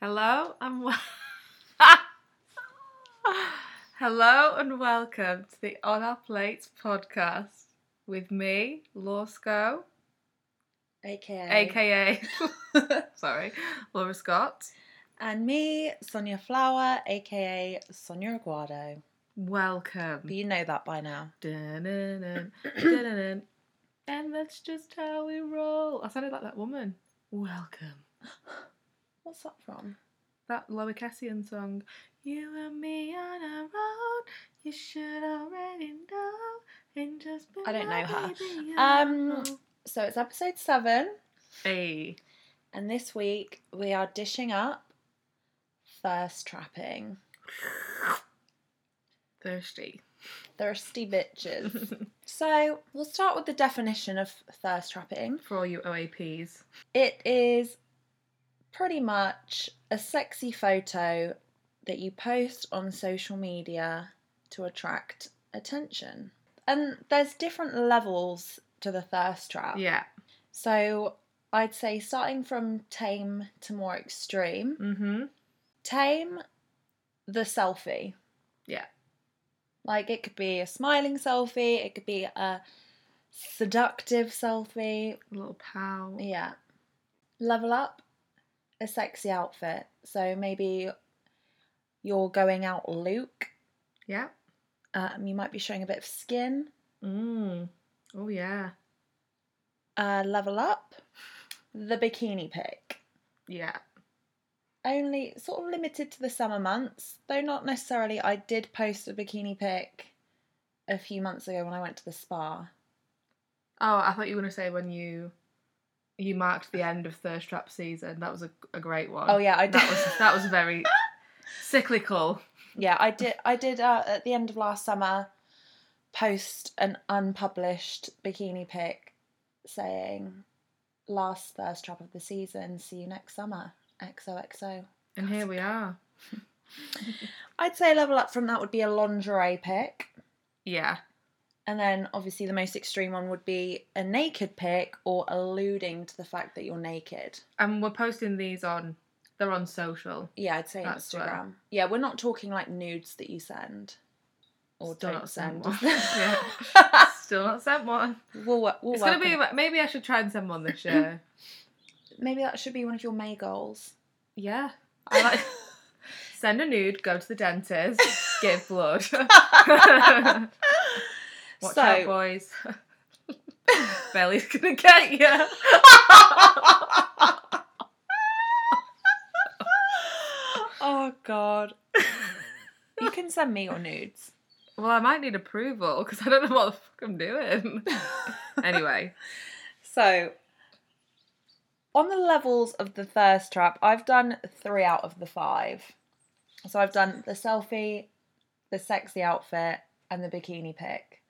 Hello and wel- Hello and welcome to the On Our Plates podcast with me, Lawsco, AKA. aka sorry, Laura Scott. And me, Sonia Flower, AKA Sonia Aguado. But Welcome. you know that by now. Dun-dun-dun, dun-dun-dun. and that's just how we roll. I sounded like that woman. Welcome. What's that from? That Loicesian song. You and me on our own. You should already know. And just I don't know her. baby, Um, So it's episode seven, Hey. and this week we are dishing up thirst trapping. Thirsty. Thirsty bitches. so we'll start with the definition of thirst trapping. For all you OAPs. It is pretty much a sexy photo that you post on social media to attract attention. And there's different levels to the thirst trap. Yeah. So I'd say starting from tame to more extreme. Mm-hmm. Tame the selfie. Yeah. Like it could be a smiling selfie, it could be a seductive selfie, little pal. yeah. Level up a sexy outfit. So maybe you're going out Luke. Yeah. Um, you might be showing a bit of skin. Mm. Oh yeah. Uh, level up the bikini pick. Yeah. Only sort of limited to the summer months, though not necessarily. I did post a bikini pic a few months ago when I went to the spa. Oh, I thought you were gonna say when you you marked the end of thirst trap season. That was a, a great one. Oh yeah, I did. That was that was very cyclical. yeah, I did. I did uh, at the end of last summer post an unpublished bikini pic saying, "Last thirst trap of the season. See you next summer." XOXO. And here we are. I'd say level up from that would be a lingerie pic, Yeah. and then obviously the most extreme one would be a naked pic or alluding to the fact that you're naked. And we're posting these on they're on social. Yeah, I'd say That's Instagram. where- Yeah, we're not talking like nudes that you send or Still don't not sent send. one. Still not sent one. we'll, wo- we'll it's gonna work on be maybe I should try and send one this year. Maybe that should be one of your May goals. yeah. I like send a nude, go to the dentist, give blood. Watch So- out boys. Belly's gonna get you. oh God. you can send me your nudes. Well, I might need approval because I don't know what the fuck I'm doing. anyway, So on the levels of the thirst trap, I've done three out of the five. So I've done the selfie, the sexy outfit, and the bikini pic.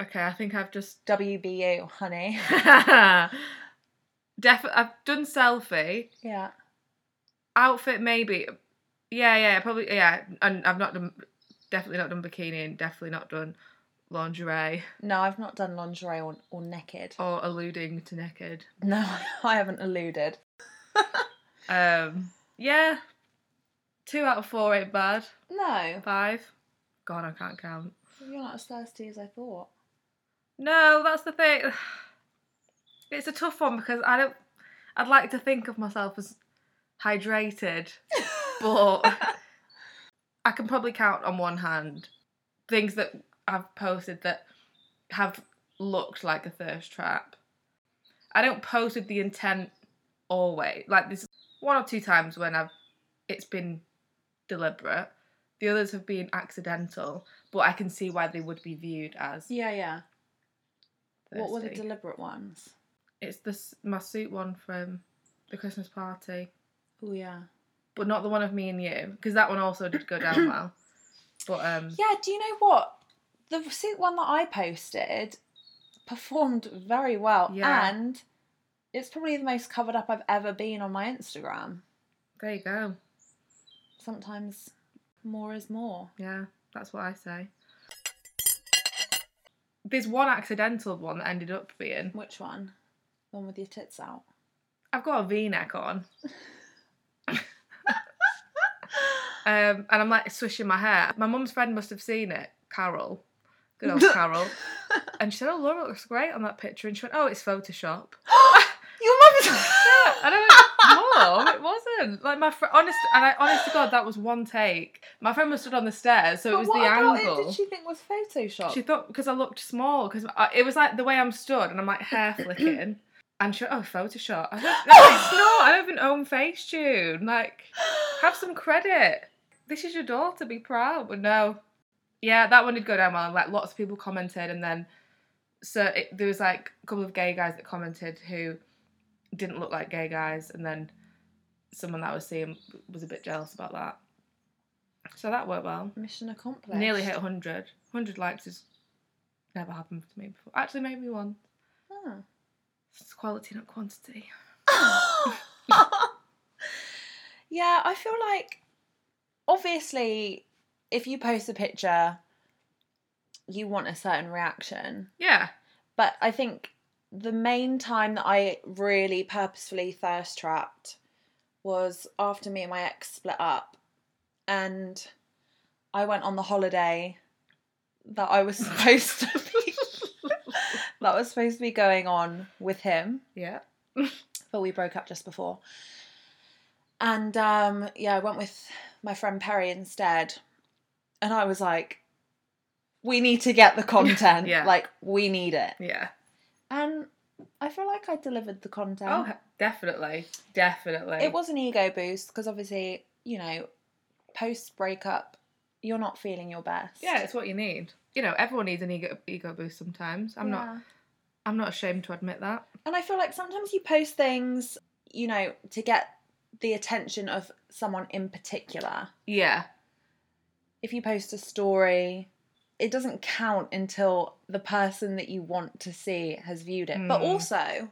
okay, I think I've just WBU, honey. Def- I've done selfie Yeah. outfit maybe. Yeah, yeah, probably yeah. And I've not done definitely not done bikini and definitely not done lingerie No, I've not done lingerie or, or naked. or alluding to naked. No, I haven't alluded. Um, yeah, two out of four ain't bad. No, Five. God, I can't count. you're not as thirsty as I thought. No, that's the thing. It's a tough one because I don't. I'd like to think of myself as hydrated, but I can probably count on one hand things that I've posted that have looked like a thirst trap. I don't post with the intent always. Like there's one or two times when I've it's been deliberate. The others have been accidental, but I can see why they would be viewed as Yeah, yeah. What were the thirsty. deliberate ones? It's this my suit one from the Christmas party, Oh yeah. but not the one of me and you because that one also did go down well. But um, Yeah. Do you know what? The suit one that I posted performed very well, Yeah. and it's probably the most covered up I've ever been on my Instagram. there you go. Sometimes more is more. Yeah, that's what I say. There's one accidental one that ended up being Which one? One with your tits out. I've got a V neck on. Um, and I'm like swishing my hair. My mum's friend must have seen it, Carol. Good old Carol. And she said, Oh, Laura looks great on that picture. And she went, Oh, it's Photoshop. Your mum is. And I went, Mum, it wasn't. Like, my friend, honest, and I, honest to God, that was one take. My friend was stood on the stairs, so But it was what the about angle. it did she think was Photoshop? She thought because I looked small because it was like the way I'm stood and I'm like hair flicking, and she went, "Oh, Photoshop." I don't, no, it's not. I don't even own Facetune. Like, have some credit. This is your daughter. Be proud. But no, yeah, that one did go down well. Like lots of people commented, and then so it, there was like a couple of gay guys that commented who didn't look like gay guys, and then someone that I was seeing was a bit jealous about that. So that worked well. Mission accomplished. Nearly hit 100. 100 likes has never happened to me before. Actually, maybe one. Huh. It's quality, not quantity. yeah, I feel like obviously if you post a picture, you want a certain reaction. Yeah. But I think the main time that I really purposefully thirst trapped was after me and my ex split up and I went on the holiday that I was supposed to be that was supposed to be going on with him Yeah. but we broke up just before. And um, yeah, I went with my friend Perry instead, and I was like, "We need to get the content. Yeah. Like, we need it." Yeah. And I feel like I delivered the content. Oh, he- definitely. Definitely. it was an ego boost because obviously, you know, post breakup, you're not feeling your best. Yeah, it's what you need. You know, everyone needs an ego, ego boost sometimes. I'm not. Yeah. I'm not ashamed to admit that. And I feel like sometimes you post things, you know, to get the attention of someone in particular. Yeah. if you post a story, it doesn't count until the person that you want to see has viewed it. But Mm. also,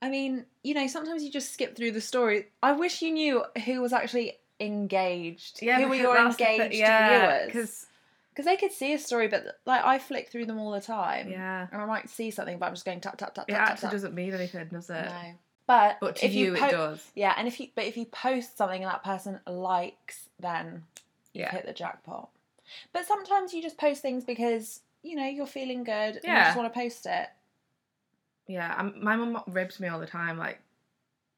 I mean, you know, sometimes you just skip through the story. I wish you knew who was actually engaged. Yeah. who were your that's the thi- engaged yeah, viewers? 'cause- Because they could see a story, but like I flick through them all the time. yeah, And I might see something, Um, but I'm just going tap tap tap it tap tap. actually tap. doesn't mean anything, does it? No. But, But to if you, po- it does. Yeah, and if you but if you post something and that person likes, then you've Yeah. hit the jackpot. But sometimes you just post things because you know you're feeling good and you Yeah. just want to post it. Yeah, I'm, my mum ribs me all the time. Like,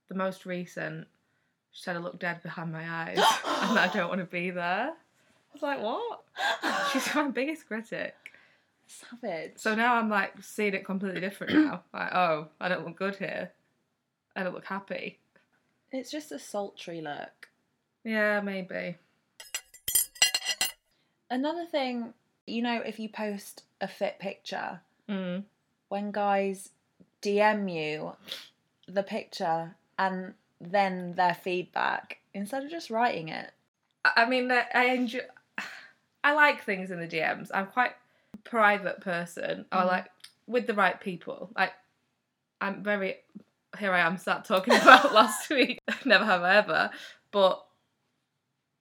the most recent, she said I look dead behind my eyes and I don't want to be there. I was like, what? She's my biggest critic. savage. So now I'm like seeing it completely different now. Like, oh, I don't look good here. I don't look happy. it's just a sultry look. Yeah, maybe. Another thing, you know, if you post a fit picture, Mm. when guys DM you the picture and then their feedback instead of just writing it. I I mean, I, I enjoy. I like things in the DMs. I'm quite a private person, or Mm. like with the right people. Like, I'm very. Here I am, sat talking about last week. never have I ever, but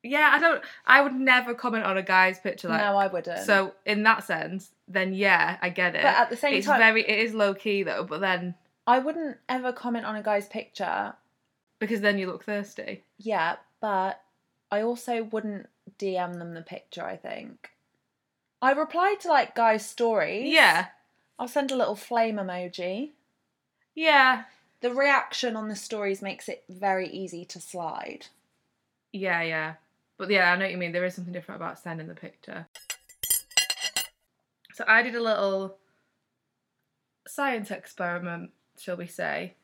yeah, I don't. I would never comment on a guy's picture like. no, I wouldn't. So in that sense, then yeah, I get it. but at the same it's time, very it is low key though, but then I wouldn't ever comment on a guy's picture. because then you look thirsty. Yeah, but I also wouldn't DM them the picture, I think. I reply to like guys' stories. Yeah. I'll send a little flame emoji. Yeah. The reaction on the stories makes it very easy to slide. Yeah, yeah. But yeah, I know what you mean. There is something different about sending the picture. So I did a little science experiment, shall we say.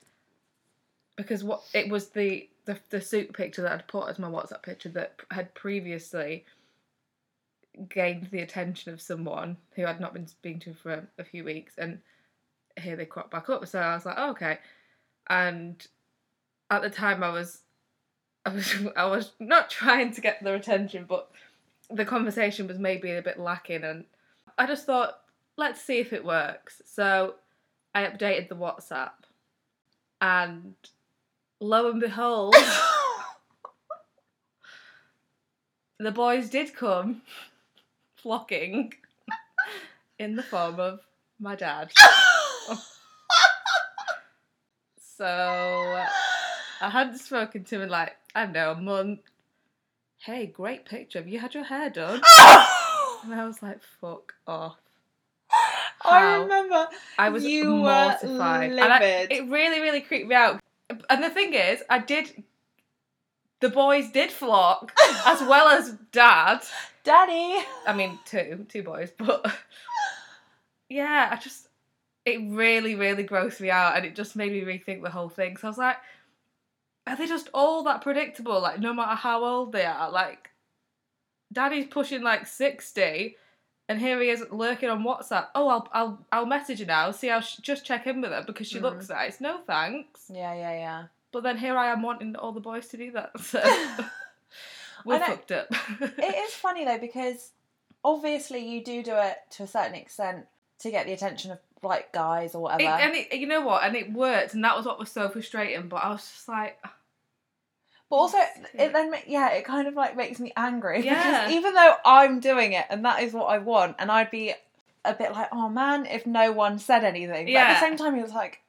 Because what it was the the, the suit picture that I'd put as my WhatsApp picture that p- had previously gained the attention of someone who I'd not been speaking to for a, a few weeks, and here they crop back up. So I was like, oh, okay. And at the time, I was I was I was not trying to get their attention, but the conversation was maybe a bit lacking, and I just thought, let's see if it works. So I updated the WhatsApp, and lo and behold, the boys did come flocking in the form of my dad. So I hadn't spoken to him in like I don't know a month. hey, great picture. Have you had your hair done? And I was like, fuck off. I How? remember. I was You were mortified. And I- livid. it really, really creeped me out. And the thing is, I did. The boys did flock, as well as dad. Daddy. I mean, two, two boys, but yeah, I just it really, really grossed me out, and it just made me rethink the whole thing. So I was like, are they just all that predictable? Like, no matter how old they are, like, Daddy's pushing like sixty, and here he is lurking on WhatsApp. Oh, I'll, I'll, I'll message her now. See, I'll sh- just check in with her because she Mhm. looks nice. No thanks. Yeah, yeah, But then here I am wanting all the boys to do that. So yeah. we're know. fucked up. it is funny though because obviously you do do it to a certain extent to get the attention of like guys or whatever. It, and it, you know what? And it worked, and that was what was so frustrating. But I was just like, But also, Yes, yeah. it then ma- yeah, it kind of like makes me angry Yeah. because even though I'm doing it and that is what I want, and I'd be a bit like, oh man, if no one said anything. But at Yeah. the same time, he was like,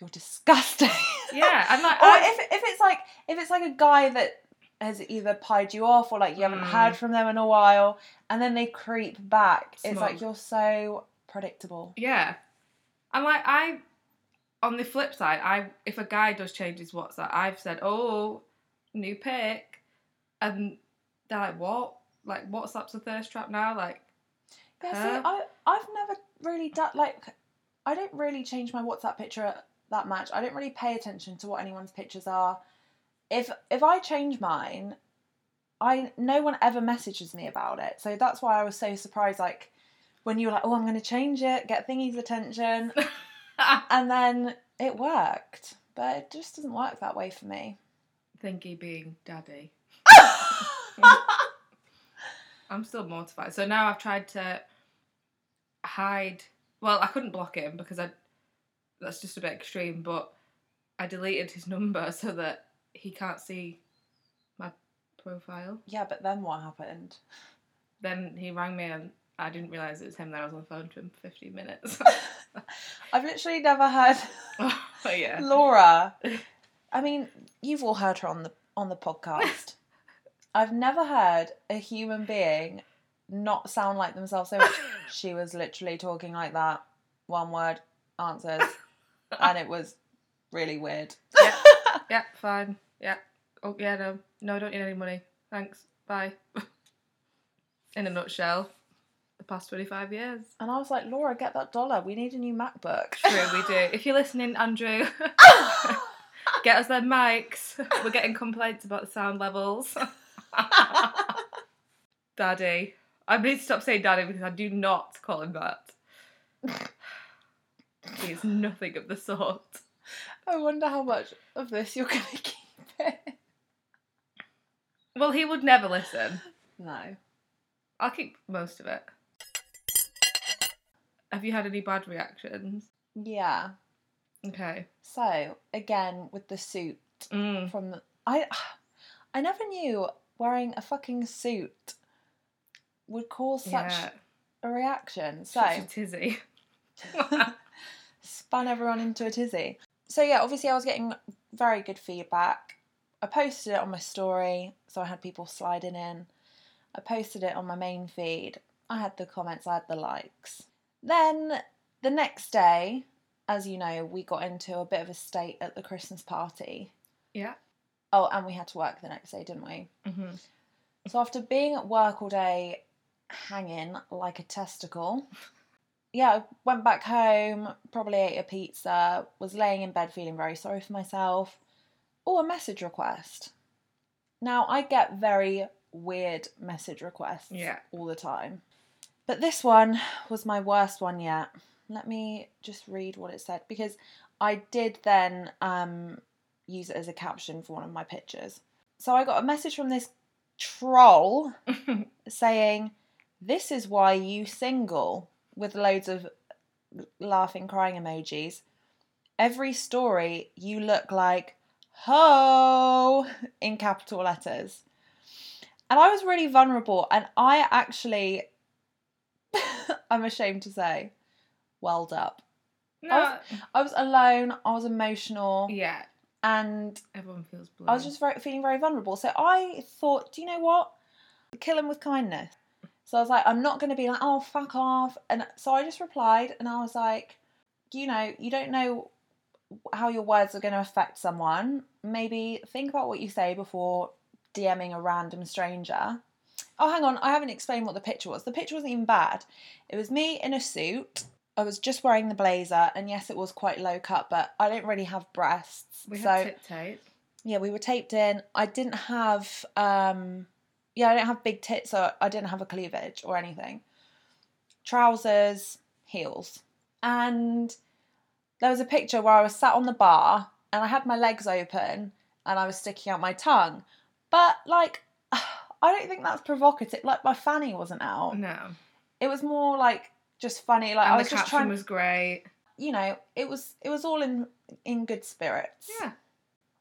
you're disgusting. yeah, and like, or I, if if it's like if it's like a guy that has either pied you off or like you haven't Mm. heard from them in a while, and then they creep back. It's like Smug. you're so predictable. yeah, and like I, on the flip side, I if a guy does change his WhatsApp, I've said, oh, new pic, and they're like, what? Like WhatsApp's a thirst trap now, like. Yeah, Huh? see, I I've never really done like I don't really change my WhatsApp picture that much. I don't really pay attention to what anyone's pictures are. If if I change mine, I no one ever messages me about it. So that's why I was so surprised. Like when you were like, "Oh, I'm going to change it," get Thingy's attention, and then it worked. But it just doesn't work that way for me. Thingy being daddy. I'm still mortified. So now I've tried to hide. Well, I couldn't block him because I. That's just a bit extreme, but I deleted his number so that he can't see my profile. yeah, but then what happened? Then he rang me and I didn't realise it was him. Then I was on the phone to him for 15 minutes. I've literally never heard oh, yeah. Laura. I mean, you've all heard her on the on the podcast. I've never heard a human being not sound like themselves so much. She was literally talking like that, one word answers, and it was really weird. Yeah. Yeah, fine. Yeah. Oh, yeah, no. No, I don't need any money. Thanks. Bye. In a nutshell, the past 25 years. And I was like, Laura, get that dollar. We need a new MacBook. True, we do. If you're listening, Andrew, get us their mics. We're getting complaints about the sound levels. daddy. I need to stop saying daddy because I do not call him that. he is nothing of the sort. I wonder how much of this you're gonna keep it. Well, he would never listen. No. I'll keep most of it. Have you had any bad reactions? Yeah. Okay. So again, with the suit Mm. from the, I, I never knew wearing a fucking suit would cause such yeah. a reaction. So Such a tizzy. spun everyone into a tizzy. So yeah, obviously I was getting very good feedback. I posted it on my story, so I had people sliding in. I posted it on my main feed. I had the comments, I had the likes. Then the next day, as you know, we got into a bit of a state at the Christmas party. Yeah. Oh, and we had to work the next day, didn't we? hmm So after being at work all day, hanging like a testicle, yeah, I went back home, probably ate a pizza, was laying in bed feeling very sorry for myself. Oh, a message request. Now I get very weird message requests Yeah. all the time. But this one was my worst one yet. Let me just read what it said because I did then um, use it as a caption for one of my pictures. So I got a message from this troll saying, "This is why you single," with loads of laughing, crying emojis. Every story you look like ho in capital letters. And I was really vulnerable, and I actually, I'm ashamed to say, welled up. No. I was alone, I was emotional, Yeah. and Everyone feels blue. I was just very, feeling very vulnerable. So I thought, do you know what? Kill him with kindness. So I was like, I'm not going to be like, oh, fuck off. And so I just replied and I was like, you know, you don't know how your words are going to affect someone. Maybe think about what you say before DMing a random stranger. Oh, hang on, I haven't explained what the picture was. The picture wasn't even bad. It was me in a suit. I was just wearing the blazer, and yes, it was quite low cut, but I don't really have breasts. we so had tip tape. yeah, we were taped in. I didn't have um yeah, I don't have big tits, so I didn't have a cleavage or anything. Trousers, heels. And there was a picture where I was sat on the bar and I had my legs open and I was sticking out my tongue. But like I don't think that's provocative. Like my fanny wasn't out. No. It was more like just funny. Like and I was the just caption trying was great. you know, it was it was all in in good spirits. Yeah.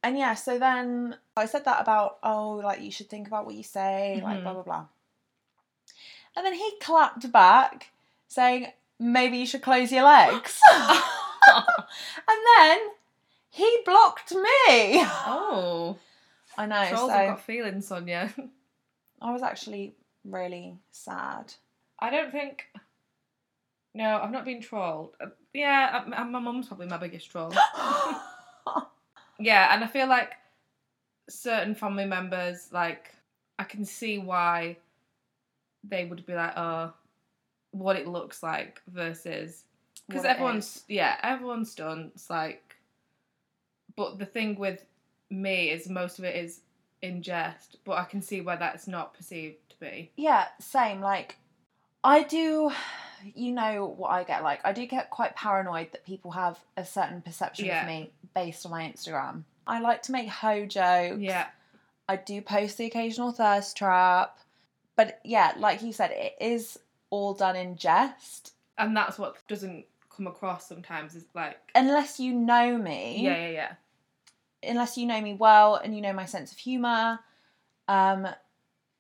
And yeah, so then I said that about, oh, like you should think about what you say, like Mhm. blah, blah, blah. And then he clapped back saying, maybe you should close your legs. and then he blocked me. oh. I know, Trolls so have got feelings, Sonia. I was actually really sad. I don't think. No, I've not been trolled. Uh, Yeah, I, I, my mum's probably my biggest troll. yeah, and I feel like certain family members, like, I can see why they would be like, oh, what it looks like versus. Because What it everyone's, is. yeah, everyone's stunts, like. But the thing with me is most of it is in jest, but I can see where that's not perceived to be. Yeah, same. Like, I do, you know what I get like. I do get quite paranoid that people have a certain perception Yeah. of me based on my Instagram. I like to make ho jokes. Yeah. I do post the occasional thirst trap. But yeah, like you said, it is all done in jest. and that's what doesn't come across sometimes is like Unless you know me, yeah yeah yeah unless you know me well and you know my sense of humor, um,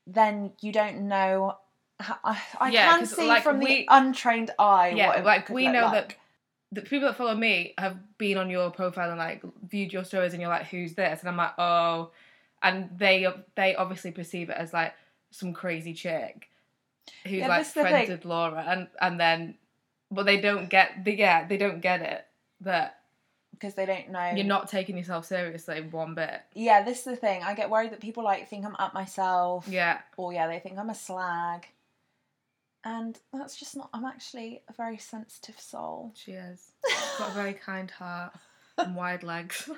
then you don't know. How, I, I Yeah, can 'cause, see like, from we- the untrained eye. yeah what it like could we look know like. that the people that follow me have been on your profile and like viewed your stories and you're like who's this and i'm like oh and they they obviously perceive it as like some crazy chick who's Yeah, like that's the friends thing. with laura and and then but they don't get the yeah they don't get it that because they don't know. you're not taking yourself seriously one bit Yeah, this is the thing. I get worried that people like think I'm up myself. yeah Or yeah, they think I'm a slag. And that's just not. I'm actually a very sensitive soul. she is got a very kind heart and wide legs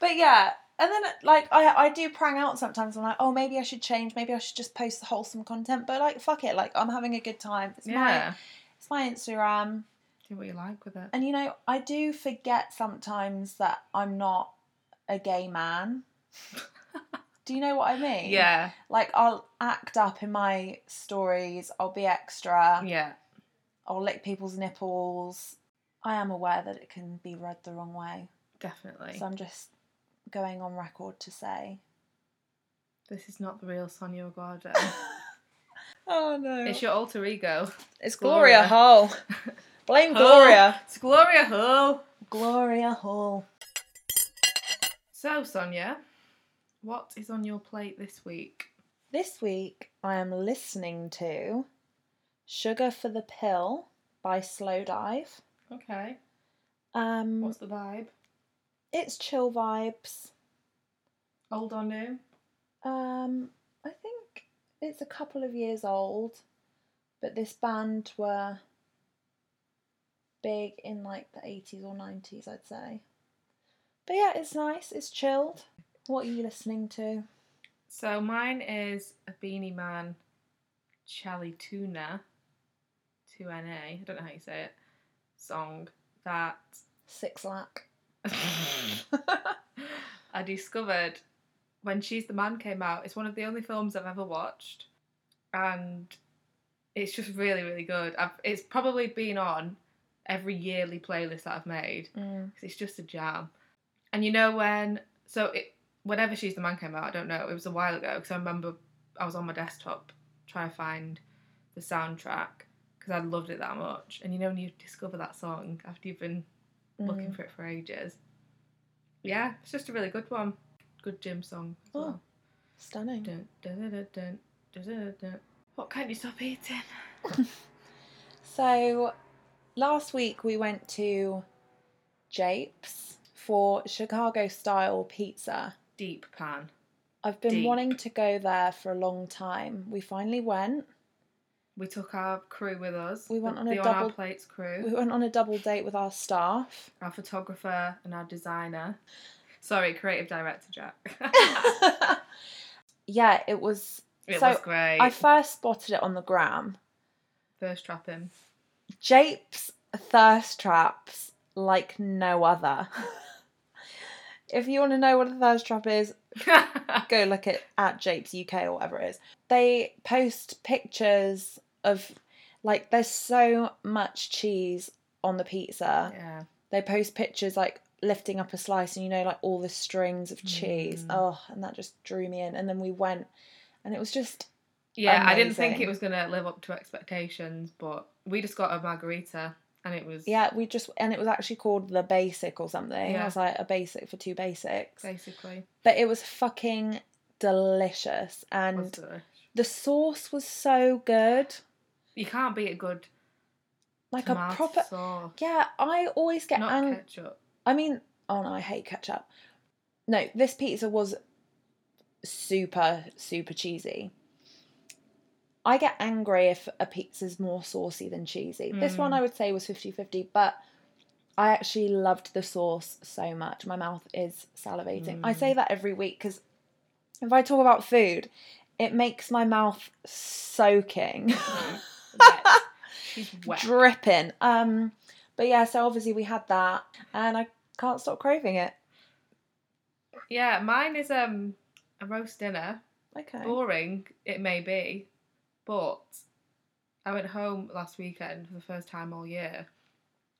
but yeah, and then like I I do prang out sometimes. I'm like, oh, maybe I should change. Maybe I should just post wholesome content. But like, fuck it. Like I'm having a good time. It's my yeah it's my Instagram. do what you like with it. And you know, I do forget sometimes that I'm not a gay man. do you know what I mean? Yeah, Like I'll act up in my stories, I'll be extra, yeah, I'll lick people's nipples. I am aware that it can be read the wrong way. definitely. So I'm just going on record to say. This is not the real Sonia Aguado. Oh no. it's your alter ego. It's Gloria. Gloria Hall. Blame Hull. Gloria. It's Gloria Hull. Gloria Hall. So, Sonia, what is on your plate this week? This week I am listening to Sugar for the Pill by Slow Dive. Okay. Um What's the vibe? it's chill vibes. Old or new? Um I think it's a couple of years old, but this band were big in like the 80s or 90s, I'd say. But yeah, it's nice, it's chilled. What are you listening to? So, mine is a Beanie Man Chali Tuna, 2NA, I don't know how you say it, song that Six Lack. I discovered when She's the Man came out. It's one of the only films I've ever watched, and it's just really, really good. I've, it's probably been on every yearly playlist that I've made Mm. because it's just a jam. And you know when? So it, whenever She's the Man came out, I don't know. It was a while ago because I remember I was on my desktop trying to find the soundtrack because I loved it that much. And you know when you discover that song after you've been Mm. looking for it for ages. Yeah, it's just a really good one. Good gym song. As Oh. well. Stunning. Dun, dun, dun, dun, dun, dun, dun, dun. What can't you stop eating? So last week we went to Japes for Chicago style pizza. Deep pan. I've been Deep. wanting to go there for a long time. We finally went. We took our crew with us. We went the- on a the On Our double- Plates crew. We went on a double date with our staff. our photographer and our designer. Sorry, creative director Jack. yeah, it was. it So, was great. I first spotted it on the gram. First trap him. Japes thirst traps like no other. if you want to know what a thirst trap is, go look at at Japes UK or whatever it is. They post pictures of like there's so much cheese on the pizza. yeah. They post pictures like lifting up a slice and you know like all the strings of cheese. Mm. Oh, and that just drew me in. And then we went and it was just Yeah, I didn't think it Amazing. was going to live up to expectations, but we just got a margarita and it was yeah, we just and it was actually called the basic or something. Yeah. I was like a basic for two basics. basically. But it was fucking delicious and was the- the sauce was so good. You can't beat a good Like tomato a proper sauce. Yeah, I always get Not angry. ketchup. I mean, oh no, I hate ketchup. No, this pizza was super, super cheesy. I get angry if a pizza's more saucy than cheesy. This one Mm. I would say was 50 50, but I actually loved the sauce so much. My mouth is salivating. I Mm. say that every week because if I talk about food, it makes my mouth soaking. Wet. She's wet. dripping. Um, but yeah, so obviously we had that, and I can't stop craving it. yeah, mine is um a roast dinner. Okay. Boring it may be, but I went home last weekend for the first time all year,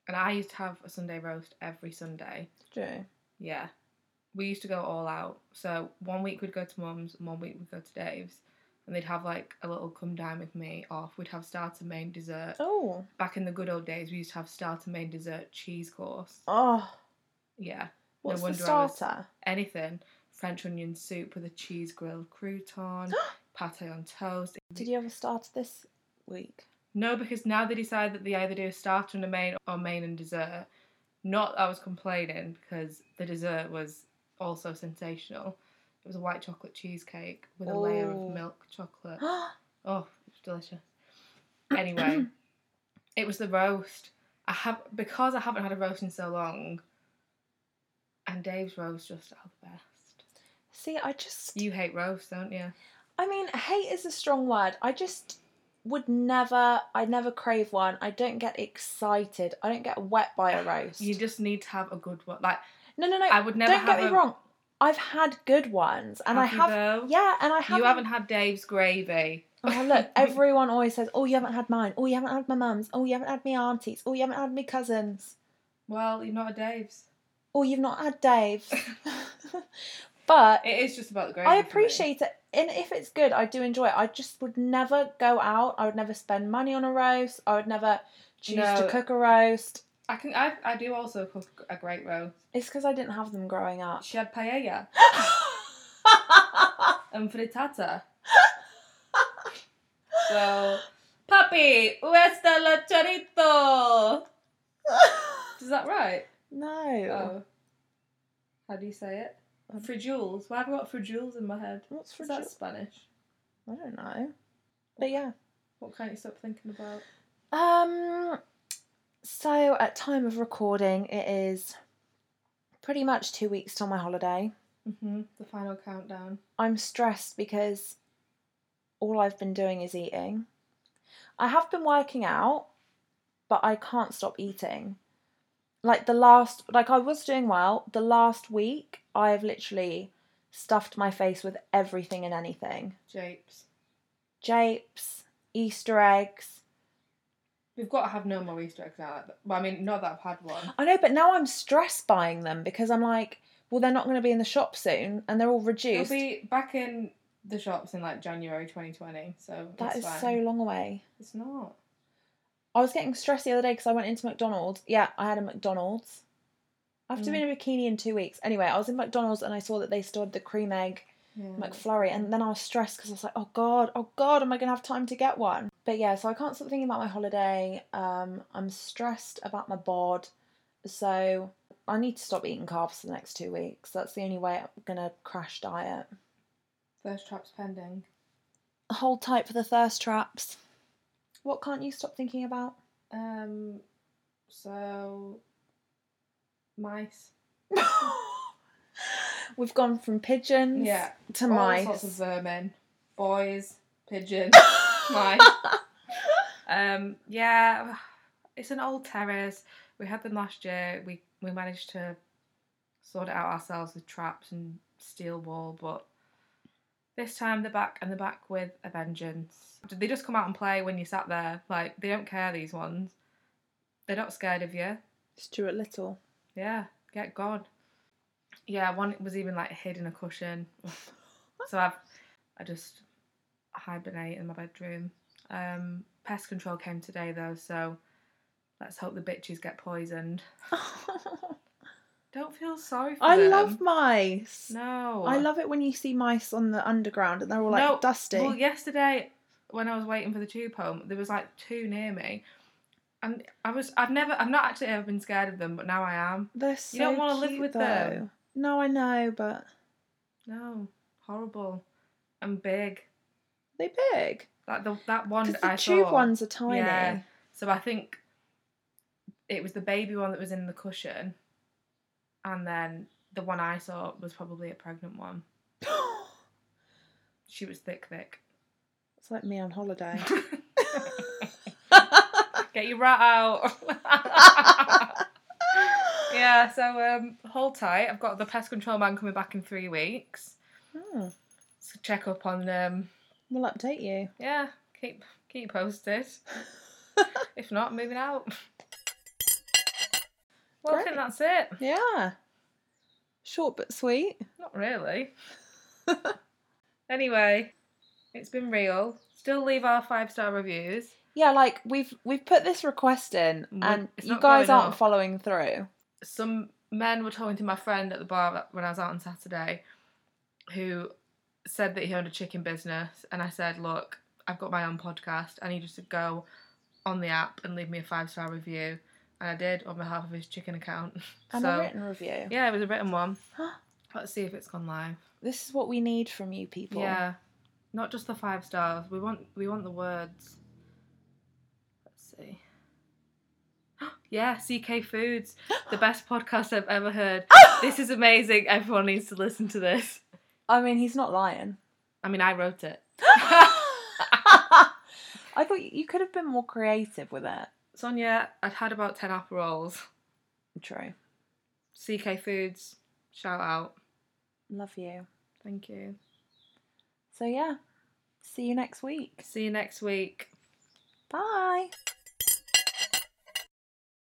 and I used to have a Sunday roast every Sunday. True. Yeah, we used to go all out. So one week we'd go to mum's, and one week we'd go to Dave's, and they'd have like a little come down with me off. We'd have starter, main, dessert. Oh. Back in the good old days, we used to have starter, main, dessert, cheese course. Oh. Yeah, What's the wonder I was- starter? anything. French onion soup with a cheese grilled crouton, pate on toast. Did you have a starter this week? No, because now they decide that they either do a starter and a main or main and dessert. Not that I was complaining because the dessert was also sensational. It was a white chocolate cheesecake with a layer Ooh. of milk chocolate. Oh, it was delicious. Anyway, it was the roast. I have because I haven't had a roast in so long, and Dave's roast just are the best. See, I just. You hate roast, don't you? I mean, hate is a strong word. I just would never. I never crave one. I don't get excited. I don't get wet by a roast. You just need to have a good one. Like no, no, no. I would never don't have get me a, wrong. I've had good ones, and I you have. though? Yeah, and I have. You haven't had Dave's gravy. Oh, look, everyone always says, Oh, you haven't had mine. Oh, you haven't had my mum's. Oh, you haven't had me auntie's. Oh, you haven't had me cousin's. Well, you're not a Dave's. Oh, you've not had Dave's. but It is just about the gravy. I for me. appreciate it. And if it's good, I do enjoy it. I just would never go out. I would never spend money on a roast. I would never choose to No. cook a roast. I can. I, I do also cook a great roast. It's because I didn't have them growing up. She had paella and frittata. so, papi, where está la chorito? Is that right? no. Oh. How do you say it? Um, Frijoles. Why have I got frijoles in my head? What's for Is that that? Spanish? I don't know. But yeah. What can't you stop thinking about? Um so at time of recording it is pretty much 2 weeks till my holiday. hmm The final countdown. I'm stressed because all I've been doing is eating. I have been working out, but I can't stop eating. Like the last like I was doing well, the last week I've literally stuffed my face with everything and anything. Japes. Japes, Easter eggs. We've got to have no more Easter eggs now. like that. Well, I mean, not that I've had one. I know, but now I'm stressed buying them because I'm like, well, they're not going to be in the shop soon, and they're all It'll reduced. be back in the shops in like January 2020, so that is it's so fine. long away. It's not. I was getting stressed the other day because I went into McDonald's. Yeah, I had a McDonald's. After being in a bikini in two weeks. Anyway, I was in McDonald's and I saw that they still had the cream egg Mm. McFlurry, and then I was stressed because I was like, oh god, oh god, am I gonna have time to get one? But yeah, so I can't stop thinking about my holiday. Um, I'm stressed about my bod, so I need to stop eating carbs for the next two weeks. That's the only way I'm gonna crash diet. First trap's pending. Hold tight for the thirst traps. What can't you stop thinking about? Um, so mice. We've gone from pigeons Yeah, to all mice. sorts of vermin, boys, pigeons, mice. Um, yeah, it's an old terrace. We had them last year. We we managed to sort it out ourselves with traps and steel wall, but this time they're back and they're back with a vengeance. They just come out and play when you sat there. Like they don't care these ones. They're not scared of you. Stuart Little. Yeah, get gone. Yeah, one was even like hid in a cushion. so I've I just hibernate in my bedroom. Um, pest control came today though, so let's hope the bitches get poisoned. Don't feel sorry for I them. love mice. No. I love it when you see mice on the underground and they're all like No, dusty. Well, yesterday when I was waiting for the tube home, there was like two near me. And I was I've never I've not actually ever been scared of them, but now I am. They're so You don't want wanna to live with them. No, I know, but are No. Horrible. And big. they big Like the that one because the I tube saw. ones are tiny. Yeah. So I think it was the baby one that was in the cushion, and then the one I saw was probably a pregnant one. She was thick, thick. it's like me on holiday. Get your rat out. I yeah. So um, hold tight. I've got the pest control man coming back in three weeks. Hmm. So check up on them. will update you. Yeah. Keep keep you posted. if not, moving out. Well, I Great. think that's it. Yeah, short but sweet. Not really. anyway, it's been real. Still leave our five star reviews. Yeah, like we've we've put this request in Mm, and it's you not guys going aren't up. following through. Some men were talking to my friend at the bar when I was out on Saturday who said that he owned a chicken business. And I said, Look, I've got my own podcast. I need you to go on the app and leave me a five star review. And I did on behalf of his chicken account. And a so, written review. yeah, it was a written one. Let's see if it's gone live. This is what we need from you people. Yeah, not just the five stars. We want we want the words. Let's see. yeah, CK Foods, the best podcast I've ever heard. this is amazing. Everyone needs to listen to this. I mean, he's not lying. I mean, I wrote it. I thought you could have been more creative with it. Sonia, I'd had about ten apple rolls. True. CK Foods, shout out. Love you. Thank you. So, yeah, see you next week. See you next week. Bye.